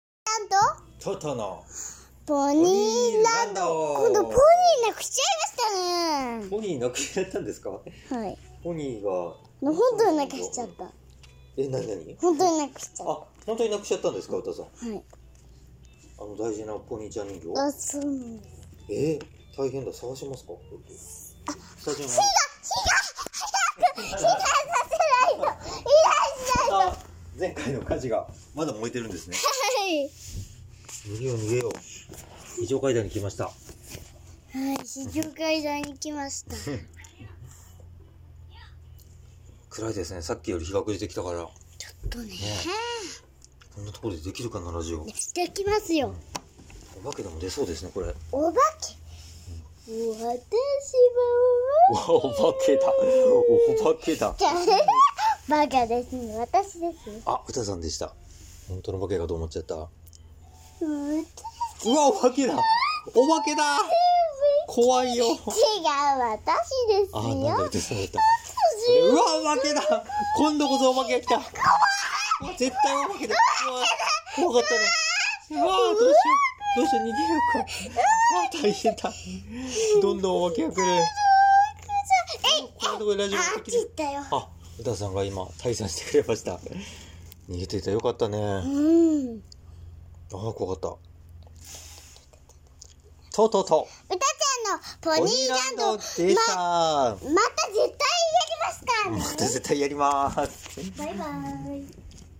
ンドトトのポニーランドポニー今ランド度ポニーなくしちゃいましポニーなくしちゃったんですかたねはいポニーがの本当になくしちゃったえなになに本当になくしちあゃっ本当になくしちゃったんですか歌さんたはいあの大事なポニーちゃん人形あそうなんですえー、大変だ探しますかスタジオに火がさせないといらっしゃいあ前回の火事がまだ燃えてる んですねはい逃げよう逃げよう非常階段に来ましたはい、市場階段に来ました。暗いですねさっきより日が暮れてきたからちょっとね、こんなところでできるかなラジオしてきますよ。お化けでも出そうですねこれわお化け。私はお化けだお化けだお化け。バカですね。私ですね。あ歌さんでした本当の化けかと思っちゃったうわうつお化けだお化けだ怖いよ違う私ですあーなんだよ。歌さんだったうわお化けだ今度こそお化けが来た怖い絶対お化けだ怖い怖かったねうわーどうしようどうしよう逃げようかあー大変だどんどんお化けが来るこんなとこでラジオあがっでちき行っるたよ。あ歌さんが今退散してくれました逃げていたよかったねうん。あー怖かったとうとうと歌ちゃんのポニーランド、まポニーランドでした また絶対やりますからね。また絶対やりますバイバイ。